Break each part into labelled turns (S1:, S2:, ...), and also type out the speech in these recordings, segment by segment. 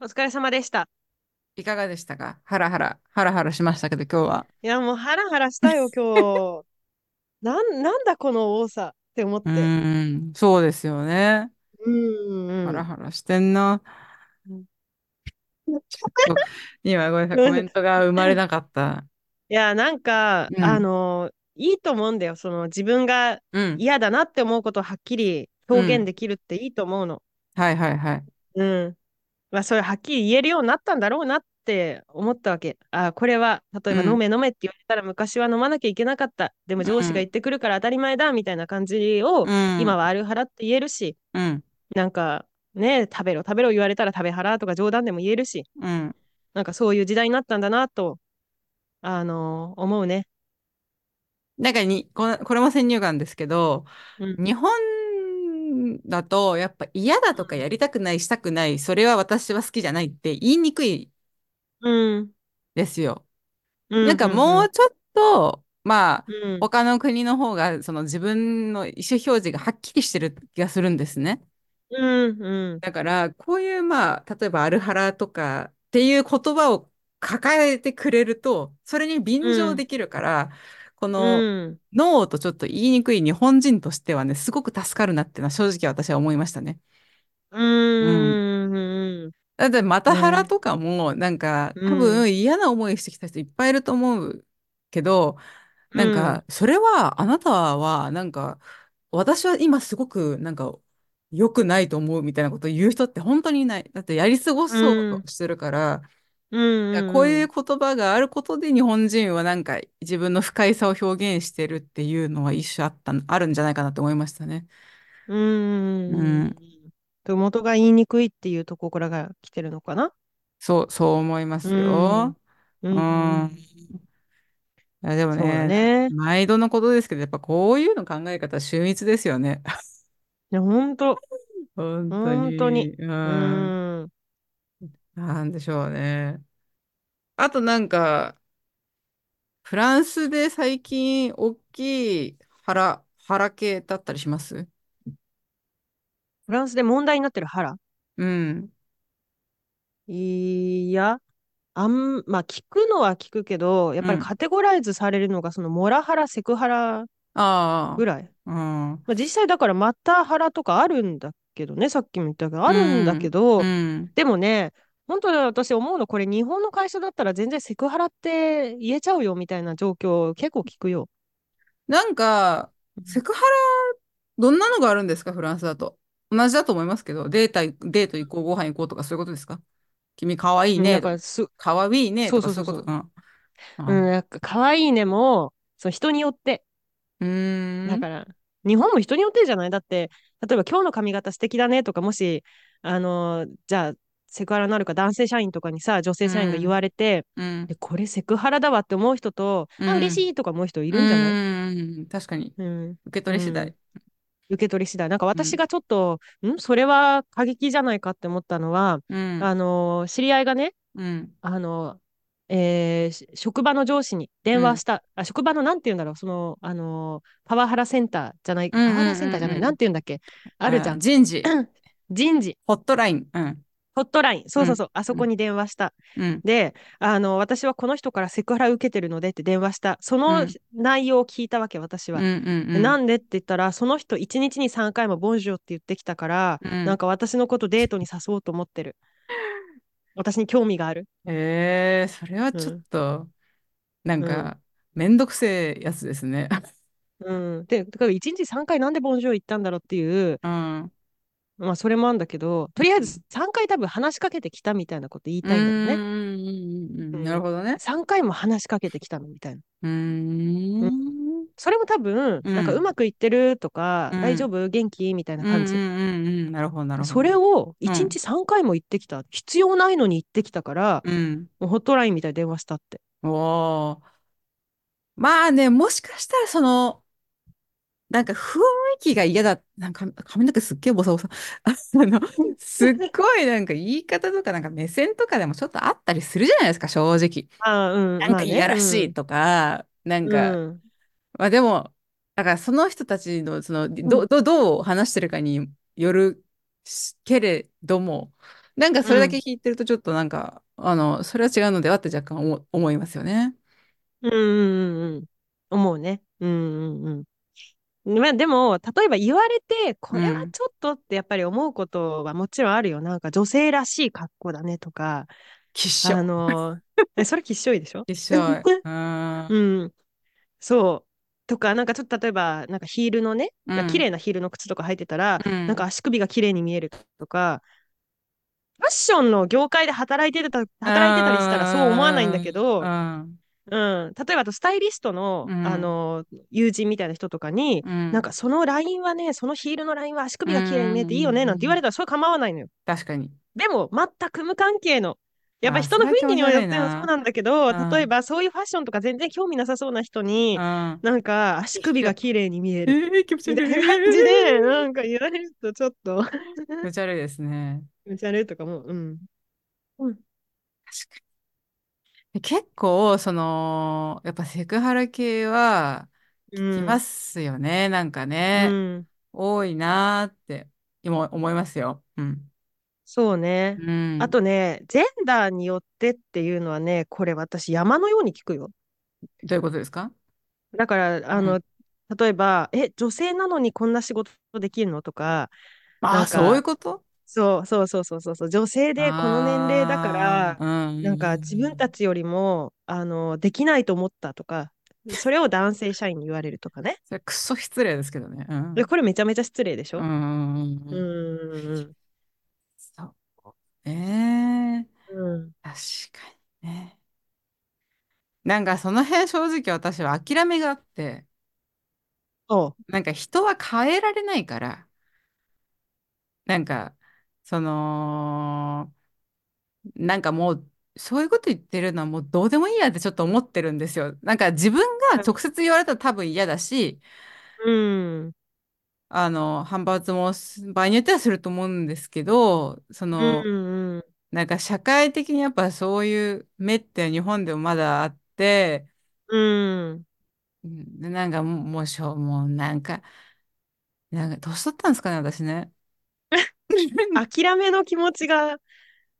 S1: お疲れ様でした。
S2: いかがでしたかハラハラ、ハラハラしましたけど、今日は。
S1: いや、もうハラハラ したよ、今日。なん、なんだこの多さって思っ
S2: う
S1: て。うん
S2: ーん、そうですよね。
S1: うん
S2: ハ
S1: う
S2: ラ
S1: ん。
S2: ハラしてんな。今、ごめんなさい、コメントが生まれなかった。
S1: いや、なんか、
S2: うん
S1: あの、いいと思うんだよ。その、自分が
S2: うん。
S1: 嫌だなって思うことをはっきり表現できるっていいと思うの。
S2: はいはいはい。
S1: うん。まあ、それはっきり言えるようになったんだろうなって思ったわけ。あ、これは、例えば、
S2: うん
S1: 飲め飲めって言われたら昔は飲まなきゃいけなかった。でも上司が言ってくるから当たり前だ、みたいな感じを、
S2: うん。
S1: 今はアルハラって言えるし、
S2: うん。
S1: なんかね、食べろ食べろ言われたら食べハラとか冗談でも言えるし、
S2: うん。
S1: なんかそういう時代になったんだなと、あのー思うね。
S2: なんかに、この、これも先入観ですけど、
S1: うん、
S2: 日本だと、やっぱ嫌だとかやりたくない、したくない、それは私は好きじゃないって言いにくい
S1: うん、
S2: ですよ。
S1: うん、
S2: なんかもうちょっと、まあ、
S1: うん、うん、
S2: 他の国の方が、その自分の意思表示がはっきりしてる気がするんですね。
S1: うん、うん、
S2: だから、こういう、まあ、例えばアルハラとかっていう言葉を抱えてくれると、それに便乗できるから、この、
S1: うん、
S2: ノーとちょっと言いにくい日本人としてはね、すごく助かるなっていうのは正直私は思いましたね。
S1: うん、うん、
S2: だって、またハラとかも、なんか、
S1: うん
S2: 多分嫌な思いしてきた人いっぱいいると思うけど、なんか、それは、あなたは、なんか、私は今すごく、なんか、良くないと思うみたいなことを言う人って本当にいない。だって、やり過ごそうとしてるから、
S1: うん、
S2: だからこういう言葉があることで日本人はなんか自分の不快さを表現してるっていうのは一種あった、あるんじゃないかなと思いましたね。
S1: うん、うん、と元が言いにくいっていうところから来てるのかな。
S2: そう、そう思いますよ。
S1: う
S2: うん。いやでも
S1: そうだね。
S2: ね、
S1: い
S2: 毎度のことですけど、やっぱこういうの考え方、秀逸ですよね。
S1: や、本当、
S2: 本当に。
S1: 本当に。
S2: う。
S1: うんん。
S2: なんでしょうね。あとなんか、フランスで最近大きい腹、腹系だったりします
S1: フランスで問題になってる腹
S2: うん。
S1: いや、あん、まあ聞くのは聞くけど、やっぱり
S2: うん
S1: カテゴライズされるのが、そのモラハラ、セクハラ
S2: あ
S1: ぐらい。
S2: あ、うん。
S1: まあ、実際だからまたハラとかあるんだけどね、さっきも言ったけど、あるんだけど、
S2: うん。
S1: でもね、本当に私思うの、これ日本の会社だったら全然セクハラって言えちゃうよみたいな状況結構聞くよ。
S2: なんか、セクハラ、どんなのがあるんですか、フランスだと。同じだと思いますけど、データ、デート行こう、ご飯行こうとかそういうことですか君かわいい
S1: うんだ
S2: ね
S1: か
S2: とか、
S1: らす、
S2: かわいいねとか
S1: そうそうそう
S2: そういうこと
S1: う
S2: か
S1: ん、
S2: な。
S1: なんか可愛いねも、その人によって、
S2: うん。うーん
S1: だから、日本も人によってじゃないだって、例えば今日の髪型素敵だねとか、もし、あのーじゃあ、セクハラになるか男性社員とかにさ、女性社員が言われて、
S2: うん
S1: でこれセクハラだわって思う人と、
S2: うん
S1: あ、嬉しいとか思う人いるんじゃない、
S2: うん確かに。
S1: うん、
S2: 受け取り次第。
S1: 受け取り次第。なんか私がちょっと、んそれは過激じゃないかって思ったのは、
S2: うん。
S1: あのー知り合いがね、
S2: うん。
S1: あのーえーし職場の上司に電話した、あ、職場のなんて言うんだろう、その、あのーパワハラセンターじゃない、
S2: うんうんうんうん
S1: パワハラセンターじゃない、なんて言うんだっけ、あるじゃん。
S2: 人事、
S1: 人事、
S2: ホットライン。うん。
S1: ホットライン、そうそうそう、あそこに電話した。
S2: うん。
S1: で、あの、私はこの人からセクハラ受けてるのでって電話した。その
S2: うん
S1: 内容を聞いたわけ、私
S2: う
S1: は。
S2: んうん
S1: で
S2: うん。
S1: なんでって言ったら、その人1日に3回もボンジューって言ってきたから、
S2: うん
S1: なんか私のことデートに誘おうと思ってる。私に興味がある。
S2: ええそれはちょっと、なんか、めんどくせえやつですね。
S1: うん。で、だから1日3回なんでボンジュール行ったんだろうっていう、
S2: うん。 うん
S1: まあそれもあるんだけど、とりあえず3回多分話しかけてきたみたいなこと言いたいんだよね。
S2: うん
S1: うん
S2: なるほどね。
S1: 3回も話しかけてきたのみたいな。
S2: うーん。うん
S1: それも多分、
S2: うん
S1: なんかうまくいってるとか、
S2: うん
S1: 大丈夫元気みたいな感じ。
S2: うんうんうんなるほど、なるほど。
S1: それを
S2: ん
S1: 1日3回も言ってきた。必要ないのに言ってきたから、
S2: うん。
S1: もうホットラインみたいに電話したって。
S2: おー。まあね、もしかしたらその、なんか雰囲気が嫌だ。なんか髪の毛すっげえボサボサ。 あの、すっごいなんか言い方とかなんか目線とかでもちょっとあったりするじゃないですか、正直。
S1: ああ、うん、
S2: なん
S1: ま
S2: か
S1: あ
S2: い
S1: ね
S2: やらしいとか、な
S1: うんん
S2: か、
S1: うん
S2: まあでも、だからその人たちの、その、ど、ど、どう話してるかによるしけれども、なんかそれだけ聞いてるとちょっとなんか、あの、それは違うのではって若干思思いますよね。
S1: うんうんうんうん。思うね。うんうんうん。まあでも、例えば言われて、これはちょっとってやっぱり思うことはもちろんあるよ。なんか女性らしい格好だねとか、
S2: きっし
S1: あ
S2: ょ。
S1: の、えそれきっしょいでしょ
S2: きっしょい。うん。
S1: うん。そう。とか、なんかちょっと例えば、なんかヒールのね、
S2: うん
S1: 綺麗なヒールの靴とか履いてたら、
S2: うん
S1: なんか足首が綺麗に見えるとか、ファッションの業界で働いてた、働いてたりしたらそう思わないんだけど、
S2: う
S1: うん。
S2: ん。
S1: 例えば、あとスタイリストの、
S2: うん
S1: あの、友人みたいな人とかに、
S2: うん
S1: なんかそのラインはね、そのヒールのラインは足首が綺麗に見えていいよ
S2: う
S1: ね、
S2: ん
S1: なんて言われたらそれ構わないのよ。
S2: 確かに。
S1: でも、全く無関係の。やっぱ
S2: あ
S1: 人の
S2: それ
S1: 雰囲気にはよって
S2: 興味
S1: も
S2: ないな
S1: そうなんだけど、
S2: うん
S1: 例えばそういうファッションとか全然興味なさそうな人に、
S2: うん。
S1: なんか足首が綺麗に見える
S2: えー、気持ち
S1: み
S2: 悪
S1: た
S2: い。
S1: いな感じで、なんか言われるとちょっと、
S2: 気持ち悪いですね。
S1: めちゃれとかも、うん。
S2: 確かに。結構、その、やっぱセクハラ系は、きますすよね、なんか
S1: ね。う
S2: ね。
S1: ん。
S2: 多いなーって、今思いますよ。うん。
S1: そうね。
S2: うん。
S1: あとね、ジェンダーによってっていうのはね、これ私山のように聞くよ。
S2: どういうことですか
S1: だから、あ
S2: う
S1: の、例えば、え、女性なのにこんな仕事できるのとか、
S2: あ
S1: なん
S2: あ、
S1: か
S2: そういうこと
S1: そうそうそうそうそうそう、女性でこの年齢だから、
S2: ら、う
S1: なんか自分た
S2: ち、
S1: ちよりも、あの、できないと思ったとか、それを男性社員に言われるとかね。
S2: それくそ失礼ですけどね。うん。
S1: でこれめちゃめちゃ失礼でし
S2: う
S1: ょ
S2: んうん
S1: う
S2: うんうん
S1: ん。
S2: そうね
S1: うん。
S2: 確かにね。なんかその辺正直私は諦めがあって、
S1: そ
S2: なんか人は変えられないから、なんか、その、なんかもう、そういうこと言ってるのはもうどうでもいいやってちょっと思ってるんですよ。なんか自分が直接言われたら多分嫌だし、
S1: う。うん。
S2: あの、反発もす場合によってはすると思うんですけど、その、
S1: うんうん。
S2: なんか社会的にやっぱそういう目って日本でもまだあって、
S1: うん。
S2: うんでなんかもう、もうしょう、もうなんか、なんか年取ったんですかね、私 ね。
S1: 諦めの気持ちが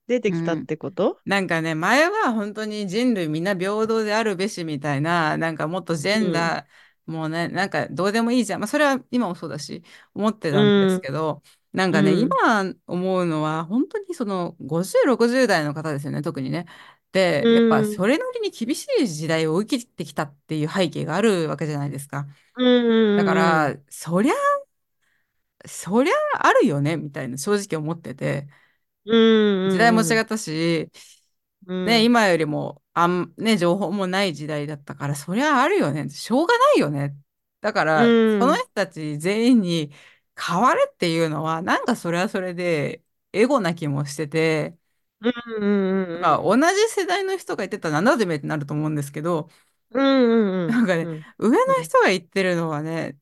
S1: 出てきたってこと
S2: なんかね、前は本当に人類みんな平等であるべしみたいな、なんかもっとジェンダー、もうね、なんかどうでもいいじゃん。まあそれは今もそうだし、思ってたんですけど、なんかね、
S1: うん
S2: 今思うのは、本当にその50、60代の方ですよね、特にね。で、やっぱ
S1: うん。
S2: それなりに厳しい時代を生きてきたっていう背景があるわけじゃないですか。
S1: うん。
S2: だから、そりゃ、そりゃあるよね、みたいな、正直思ってて、
S1: うん。
S2: 時代も違
S1: っ
S2: ったし、
S1: た。うん。
S2: ね、今よりも、あん、ね、情報もない時代だったから、そりゃあるよね。しょうがないよね。だから、
S1: うん
S2: その人たち全員に変われっていうのは、なんかそれはそれで、エゴな気もしてて、
S1: うんうんうん。
S2: まあ、同じ世代の人が言ってたら、なんだてめえってなると思うんですけど、
S1: うんうんうん。
S2: なんかね
S1: うん
S2: 上の人が言ってるのはね、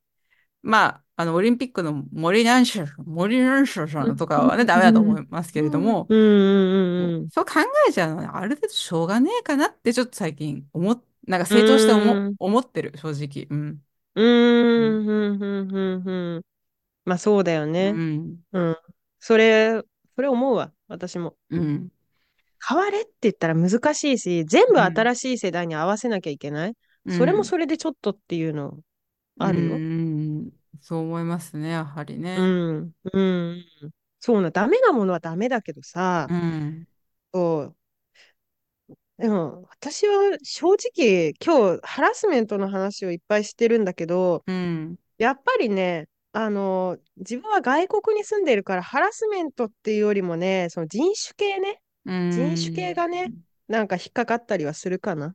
S2: まあ、あの、オリンピックの森なんしょ、森なんしょさんとかはね、ダメだと思いますけれども、
S1: うんうんうん。
S2: そう考えちゃうのはねある程度しょうがねえかなってちょっと最近思っ、なんか成長して思、
S1: うん
S2: 思ってる、正直。うん。
S1: うんうんうんうんうん。まあそうだよ
S2: う
S1: ね。
S2: ん。
S1: うん。それ、それ思うわ、私も。
S2: うん。
S1: 変われって言ったら難しいし、全部新しい世代に合わせなきゃいけない。それもそれでちょっとっていうのあるよ。う
S2: う
S1: ん、
S2: ん。そう思いますね、やはり
S1: う
S2: ね。
S1: ん、そうな、ダメなものはダメだけどさ、
S2: うん。
S1: そうでも私は正直、今日ハラスメントの話をいっぱいしてるんだけど、
S2: うん。
S1: やっぱりね、あの、自分は外国に住んでいるから、ハラスメントっていうよりもね、その人種系ね、
S2: うん
S1: 人種系がね、なんか引っかかったりはするかな。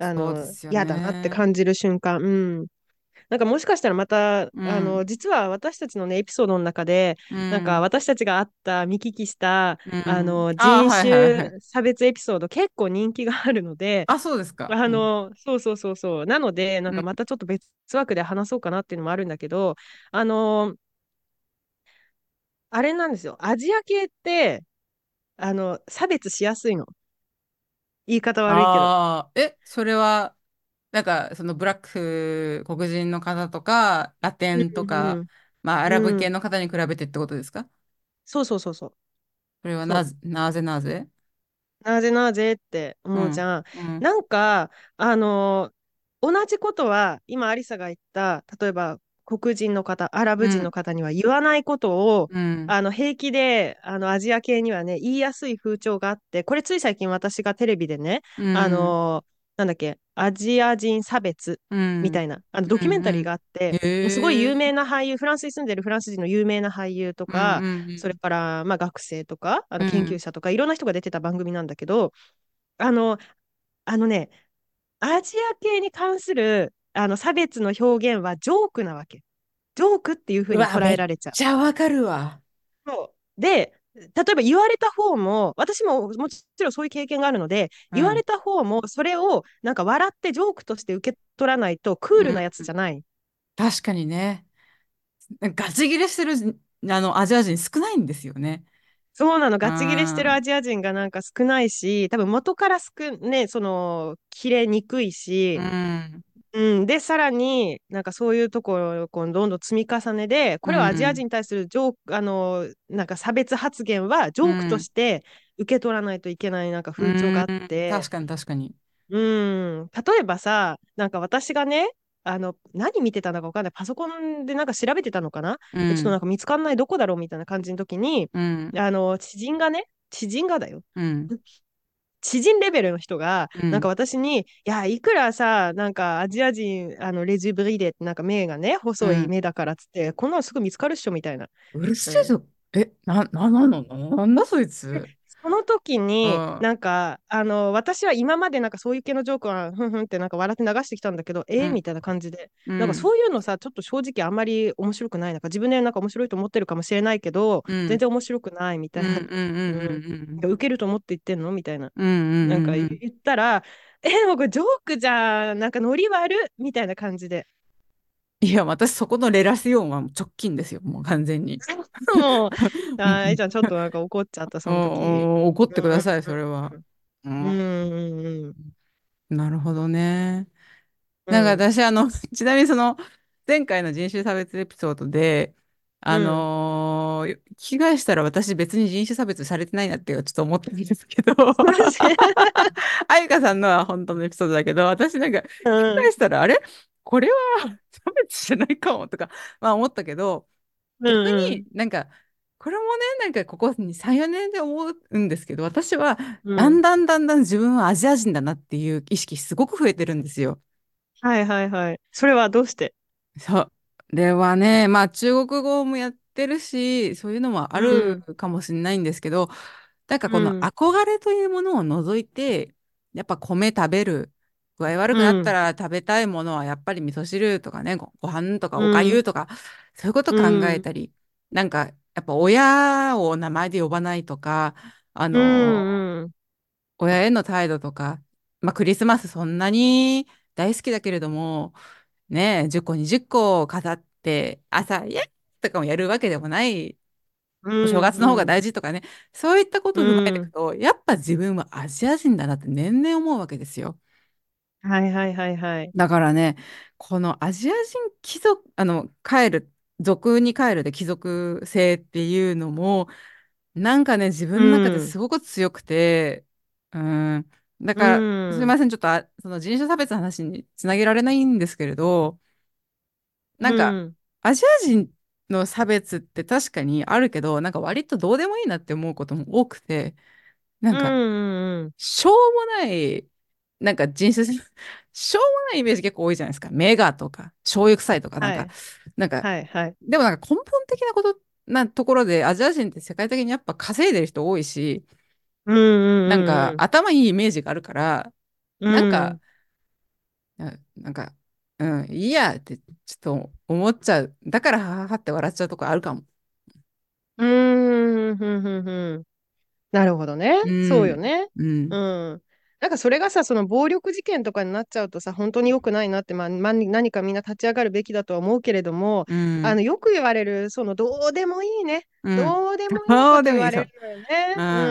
S1: あ
S2: そうで
S1: の、
S2: すよ
S1: 嫌だなって
S2: ね。
S1: 感じる瞬間。うん。なんかもしかしたらまた、
S2: うん
S1: あの、実は私たちのね、エピソードの中で、
S2: うん
S1: なんか私たちがあった、見聞きした、
S2: うん
S1: あの、
S2: あ
S1: 人
S2: はいはいはい
S1: 種差別エピソード、結構人気があるので、
S2: あ、そうですか。
S1: あの、そうそうそうそう。なので、なん
S2: う
S1: か
S2: ん
S1: またちょっと別枠で話そうかなっていうのもあるんだけど、あの、あれなんですよ。アジア系って、あの、差別しやすいの。言い方悪いけど。
S2: ああ、え、それは、なんか、そのブラック黒人の方とか、ラテンと
S1: うんうんう
S2: か、
S1: ん
S2: まあ、アラブ
S1: うん
S2: 系の方に比べてってことですか
S1: そうそうそうそう。
S2: それ
S1: そ
S2: はな
S1: う。
S2: ぜ、なぜなぜ
S1: なぜなぜって
S2: う
S1: 思うじ
S2: ん。
S1: ゃん。
S2: うん。
S1: なんか、あの同じことは、今、アリサが言った、例えば、黒人の方、アラ
S2: う
S1: ブ人の
S2: ん。
S1: 方には言わないことを、
S2: うん。
S1: あの、平気で、あの、アジア系にはね、言いやすい風潮があって、これつい最近私がテレビでね、
S2: う
S1: あ
S2: ん。
S1: のなんだっけ、アジア人差別
S2: う
S1: みた
S2: ん。
S1: いな、あの、
S2: う
S1: ドキュメンタリー
S2: ん。
S1: があっ
S2: へ
S1: て、もうすごい有
S2: え。
S1: 名な俳優、フランスに住んでるフランス人の有名な俳優と
S2: うん。
S1: か、
S2: う
S1: それ
S2: ん。
S1: からまあ学生とか、あ
S2: う
S1: の研究
S2: ん。
S1: 者とか、いろんな人が出てた番組なんだけど、あの、あのね、アジア系に関するあの差別の表現はジョークなわけ。ジョークっていうふう
S2: う
S1: に
S2: わ、
S1: 捉
S2: め
S1: え
S2: っ
S1: られちゃう。
S2: ちゃわかるわ。
S1: そうで、例えば言われた方も、私ももちろんそういう経験があるので、
S2: う
S1: 言われ
S2: ん。
S1: た方もそれをなんか笑ってジョークとして受け取らないとクー
S2: う
S1: ル
S2: ん。
S1: なやつじゃない。
S2: 確かにね。ガチギレしてる、あの、アジア人少ないんですよね。
S1: そうなの、
S2: う
S1: ガチギレしてるア
S2: ん。
S1: ジア人がなんか少ないし、多分元からすく、ね、その、切れにくいうし、
S2: ん。
S1: うん、で、さらに、なんかそういうところをこうどんどん積み重ねで、
S2: う
S1: これはアジア人
S2: ん。
S1: に対するジョーク、あの、なんか差別発言はジ
S2: う
S1: ョークと
S2: ん。
S1: して受け取らないといけないなんか
S2: う
S1: 風潮があっ
S2: ん。
S1: て、
S2: 確かに、確かに。
S1: うん、例えばさ、なんか私がね、あの、何見てたのかわかんない。パソコンでなんか調べてたのかな
S2: う
S1: で、ちょっとなん
S2: ん。
S1: か見つかんないどこだろうみたいな感じの時に、
S2: うん。
S1: あの、知人がね、知人がだよ。
S2: うん。
S1: 知人レベルの人が、
S2: う
S1: なんか
S2: ん。
S1: 私に、いや、いくらさ、なんかアジア人、あの、レジブリデってなんか目がね、
S2: う
S1: 細い
S2: ん。
S1: 目だからっつって、こんなのすぐ見つかるっしょ、みたいな。
S2: うる
S1: う
S2: せえ
S1: ん
S2: ぞ。え、な、な、な、な、なんだそいつ。
S1: その時
S2: う
S1: に、
S2: ん。
S1: なんか、あの、私は今までなんかそういう系のジョークは、ふんふんってなんか笑って流してきたんだけど、
S2: う
S1: えー、み
S2: ん。
S1: たいな感じで。
S2: う
S1: なんか
S2: ん。
S1: そういうのさ、ちょっと正直あんまり面白くない。なんか自分でなんか面白いと思ってるかもしれないけど、
S2: う
S1: 全
S2: ん。
S1: 然面白くないみた
S2: う
S1: い
S2: ん。
S1: な。
S2: うん。
S1: うん。なんか受けると思って言ってんのみたいな。
S2: うん。うん。うん。
S1: なんか
S2: うん。う
S1: 言
S2: ん。
S1: ったら、えー、でもこれジョークじゃん。なんかノリ悪っみたいな感じ で。
S2: いや、私、そこのレラシオンは直近ですよ、もう完全に。
S1: もう、
S2: う
S1: あー、えー
S2: ん
S1: ちゃんちょっとなんか怒っちゃった、
S2: う
S1: その時。
S2: ん怒っ
S1: う
S2: てください、それは。
S1: ん。
S2: う、
S1: うんん。うん。
S2: なるほどね。
S1: う
S2: なんか
S1: ん。
S2: 私、あの、 ちなみにその、前回の人種差別エピソードで、
S1: う
S2: あ
S1: ん。
S2: のー、聞き返したら私別に人種差別されてないなってちょっと思ったんですけど、
S1: マジ
S2: あゆかさんのは本当のエピソードだけど、私なんか聞
S1: う
S2: き返
S1: ん。
S2: したら、あれこれは差別じゃないかもとか、まあ思ったけど、
S1: う
S2: 逆
S1: んう
S2: に
S1: ん。
S2: なんか、これもね、なんかここに3、4年で思うんですけど、私は
S1: う
S2: だん
S1: ん。
S2: だんだんだん自分はアジア人だなっていう意識すごく増えてるんですよ。
S1: はいはいはい。それはどうして
S2: そう。ではね、まあ中国語もやってるし、そういうのもあ
S1: う
S2: る
S1: ん。
S2: かもしれないんですけど、なんか
S1: う
S2: この
S1: ん。
S2: 憧れというものを除いて、やっぱ米食べる。具合悪
S1: う
S2: くなった
S1: ん。
S2: ら食べたいものはやっぱり味噌汁とかね、ご、ご飯とか
S1: う
S2: お粥
S1: ん。
S2: とか、そういうこと
S1: う
S2: 考え
S1: ん。
S2: たり、なんかやっぱ親を名前で呼ばないとか、あ
S1: う
S2: の
S1: ん。うん。
S2: 親への態度とか、まあクリスマスそんなに大好きだけれども、ねえ、10個20個飾って朝、イエイとかもやるわけでもない、
S1: う
S2: お正月の方が
S1: ん。
S2: 大事とかね、そういったことを踏まえ
S1: う
S2: ていく
S1: ん
S2: と、やっぱ自分はアジア人だなって年々思うわけですよ。
S1: はいはいはいはい。
S2: だからね、このアジア人貴族、あの、帰る、族に帰るで貴族性っていうのも、なんかね、自
S1: う
S2: 分の中で
S1: ん。
S2: すごく強くて、うん。だ
S1: う
S2: から、すみ
S1: ん。
S2: ません、ちょっとあ、その人種差別の話につなげられないんですけれど、
S1: う
S2: なんか、
S1: ん。
S2: アジア人の差別って確かにあるけど、なんか割とどうでもいいなって思うことも多くて、なん
S1: う
S2: か、
S1: ん。うん
S2: しょうもない、なんか人生、しょうもないイメージ結構多いじゃないですか。メガとか、醤油臭いとか、なん
S1: はい。
S2: か、なんか、
S1: はいはい。
S2: でもなんか根本的なこと、なところで、アジア人って世界的にやっぱ稼いでる人多いし、
S1: うんう
S2: なん
S1: ん
S2: か
S1: うん
S2: 頭いいイメージがあるから、
S1: う
S2: なん
S1: ん。う
S2: か、
S1: ん。
S2: な、なんか、うん、いいやってちょっと思っちゃう。だから、はははって笑っちゃうとこあるかも。
S1: うん。ふんふんふんなるほどね。
S2: う
S1: そうよ
S2: ん。
S1: ね。
S2: う。
S1: うんん。なんかそれがさ、その暴力事件とかになっちゃうとさ、本当に良くないなって、まあ、まあ何かみんな立ち上がるべきだとは思うけれども、
S2: う
S1: あの、
S2: ん。
S1: よく言われる、その、どうでもいいね。
S2: うん。
S1: どうでもいい
S2: そ
S1: こ
S2: う
S1: と
S2: で
S1: 言
S2: もいい
S1: わ
S2: そ
S1: れ
S2: う。
S1: るの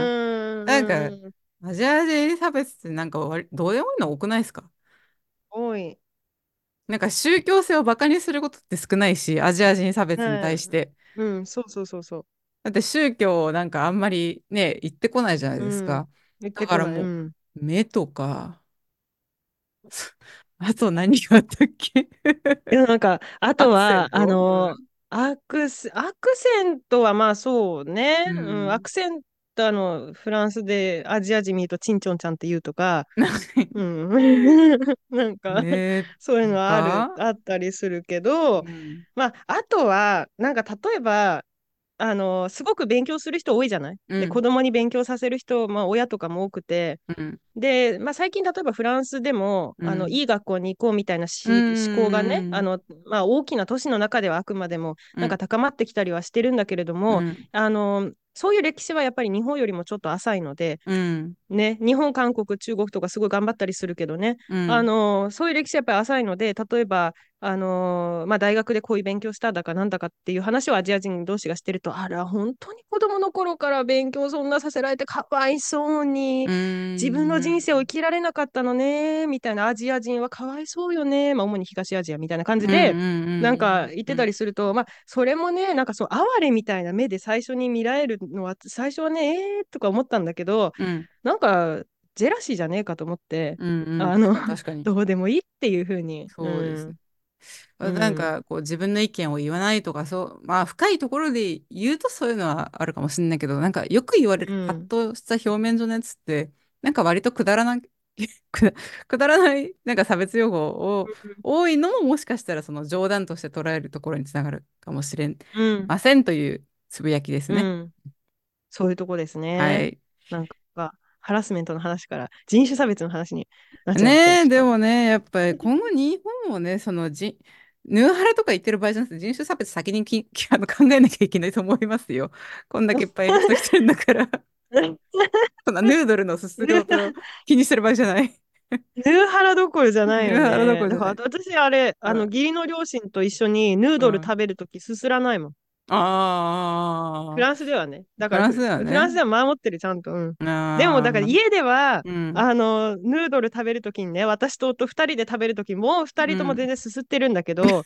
S1: よね。
S2: うん。
S1: う
S2: なん
S1: ん、
S2: か、
S1: うん、うん。
S2: アジア人差別ってなんか割、どうでもいいの多くないですか
S1: 多い。
S2: なんか宗教性をバカにすることって少ないし、アジア人差別に
S1: は
S2: 対
S1: い。
S2: して。
S1: うん、そうそうそうそう。
S2: だって宗教なんかあんまりね、言ってこないじゃないです
S1: うん。
S2: か。
S1: 言っ
S2: だ
S1: て
S2: か
S1: こ
S2: ら
S1: ない。う
S2: も
S1: ん。
S2: う、目とか、 あと何があったっけ
S1: いや、なんか、あ
S2: ア
S1: と
S2: クセン
S1: は、あ
S2: トう
S1: の、
S2: ん。
S1: アクセ、アクセントはまあそうね。
S2: う
S1: うん、ア
S2: ん。
S1: クセント、あの、フランスでアジア人見るとチンチョンちゃんって言うとか、
S2: なんか
S1: うん。なん か、
S2: ねえ、
S1: そういう
S2: と
S1: のはある、
S2: か、
S1: あったりするけ
S2: う
S1: ど、
S2: ん。
S1: まあ、あとは、なんか例えば、あの、すごく勉強する人多いじゃないで、
S2: う
S1: 子
S2: ん。
S1: 供に勉強させる人、まあ親とかも多くて、
S2: うん。
S1: で、まあ、最近、例えばフランスでも、
S2: う
S1: あの
S2: ん。
S1: いい学校に行こうみたいな
S2: う
S1: し思考がね、あ
S2: ん。
S1: のまあ、大きな都市の中ではあくまでも
S2: う
S1: なんか
S2: ん。
S1: 高まってきたりはしてるんだけれど
S2: う
S1: も、
S2: ん。
S1: あのそういう歴史はやっぱり日本よりもちょっと浅いので、
S2: うん。
S1: ね、日本、韓国、中国とかすごい頑張ったりするけどね、
S2: う
S1: あ
S2: ん。
S1: のそういう歴史はやっぱり浅いので、例えば、あのまあ、大学でこういう勉強しただかなんだかっていう話をアジア人同士がしてると、あら、本当に子供の頃から勉強そんなさせられてかわいそうに、
S2: う
S1: 自分の人生を
S2: ん。
S1: 生きられなかったのね、みたいな、アジア人はかわいそうよね、まあ、主に東アジアみたいな感
S2: う
S1: じ
S2: んう
S1: で、
S2: ん
S1: なん
S2: うん
S1: か言っ
S2: う
S1: てた
S2: ん
S1: りすると、まあ、それもね、なんかそう、哀れみたいな目で最初に見られるのは、最初はね、えーとか思ったんだけど、
S2: うん
S1: なんか、ジェラシーじゃねえかと思って、
S2: うんうん
S1: あの、
S2: 確かに
S1: どうでもいいっていうふうに、う
S2: そうですね。
S1: ん、
S2: あ
S1: う
S2: なん
S1: ん、
S2: かこう自分の意見を言わないとかそうまあ深いところで言うとそういうのはあるかもしれないけどなんかよく言われ
S1: う
S2: るパッ
S1: ん、
S2: とした表面上のやつってなんか割とくだらな くだ、くだらないなんか差別用語を多いのももしかしたらその冗談として捉えるところにつながるかもしれ
S1: うん、
S2: ませんというつぶやきです
S1: う
S2: ね。
S1: ん、そういうとこです
S2: は
S1: ね。
S2: い。
S1: なんか、ハラスメントの話から人種差別の話になっちゃいましたよ、
S2: ねえ、
S1: ちょ
S2: で
S1: っと。
S2: もね、やっぱり今後日本もね、そのじ、ヌーハラとか言ってる場合じゃなくて、人種差別先にき、 きあの考えなきゃいけないと思いますよ。こんだけいっぱい人来てんだから、 そんなヌードルのすす
S1: ヌ
S2: り
S1: ー
S2: 音を気にしてる場合じゃない。
S1: ヌーハラどころじゃ
S2: ヌ
S1: ない
S2: ー
S1: よ
S2: ハラどこ
S1: ね。だ
S2: ろじゃ
S1: か
S2: な
S1: ら
S2: い。
S1: 私、あれ、
S2: う
S1: あの、
S2: ん。
S1: 義理の両親と一緒にヌー
S2: う
S1: ドル
S2: ん。
S1: 食べるときすすらないもん。フ
S2: ああ、
S1: ランスではね。だ
S2: フ
S1: から
S2: ラン
S1: フ、
S2: スだよ
S1: フランス
S2: ね。
S1: では守ってる、ちゃんと。うん。でも、だから
S2: ああ、
S1: 家では、
S2: うん、
S1: あの、ヌードル食べるときにね、私と夫二人で食べるときも、二
S2: う
S1: 人とも全
S2: ん、
S1: 然すすってるんだけ ど、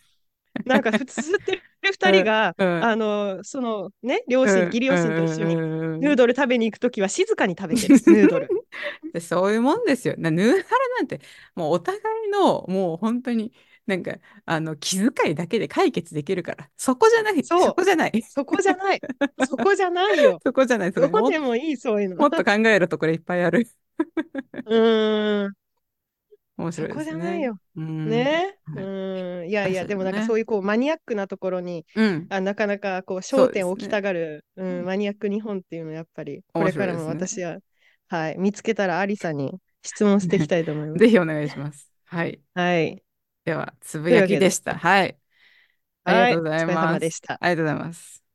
S1: なんかふつ、すすってる二
S2: う
S1: 人
S2: ん、
S1: が、
S2: うん、
S1: あの、そのね、両
S2: う
S1: 親、
S2: ん、
S1: 義理
S2: う
S1: 両親と一緒に、
S2: ん、う
S1: ヌー
S2: ん。
S1: ドル食べに行くときは静かに食 べてる、ヌードル。
S2: でそういうもんですよ。なヌーハラなんて、もうお互いの、もう本当に、なんか、あの、気遣いだけで解決できるから。そこじゃない、そ
S1: そう。
S2: こじゃない。
S1: そこじゃない。そこじゃないよ。
S2: そこじゃない、そ
S1: ど
S2: こに
S1: こ
S2: もっ
S1: で
S2: と、
S1: もいい、そういうの。
S2: もっと考えるところいっぱいある。
S1: うーん、
S2: 面
S1: そ
S2: 白いで
S1: こじ
S2: す
S1: ゃない
S2: ね。
S1: よ。
S2: うん。
S1: ね
S2: は
S1: う
S2: い。
S1: ーん、いやい
S2: 確
S1: や、
S2: か
S1: で
S2: に
S1: もなんか
S2: ね。
S1: そういうこうマニアックなところに、
S2: うん。
S1: あ、なかなかこう
S2: そ
S1: 焦
S2: うで
S1: 点を
S2: す
S1: 置き
S2: ね。
S1: たがる、う、
S2: うんん
S1: マニアック日本っていうのはやっぱり、こ
S2: 面
S1: れか
S2: 白い
S1: ら
S2: で
S1: も
S2: す
S1: 私
S2: ね。
S1: は、はい、見つけたらアリさんに質問していきたいと思いま
S2: ぜ
S1: す。
S2: ひお願いします。はい。
S1: はい。
S2: では、つ
S1: と
S2: ぶ
S1: いう
S2: や
S1: わ
S2: き
S1: け
S2: で
S1: で、
S2: した。はい。ありが
S1: は
S2: とう
S1: い、
S2: ござ
S1: お
S2: い
S1: 疲れ様
S2: ま。
S1: ですした。
S2: ありがとうございます。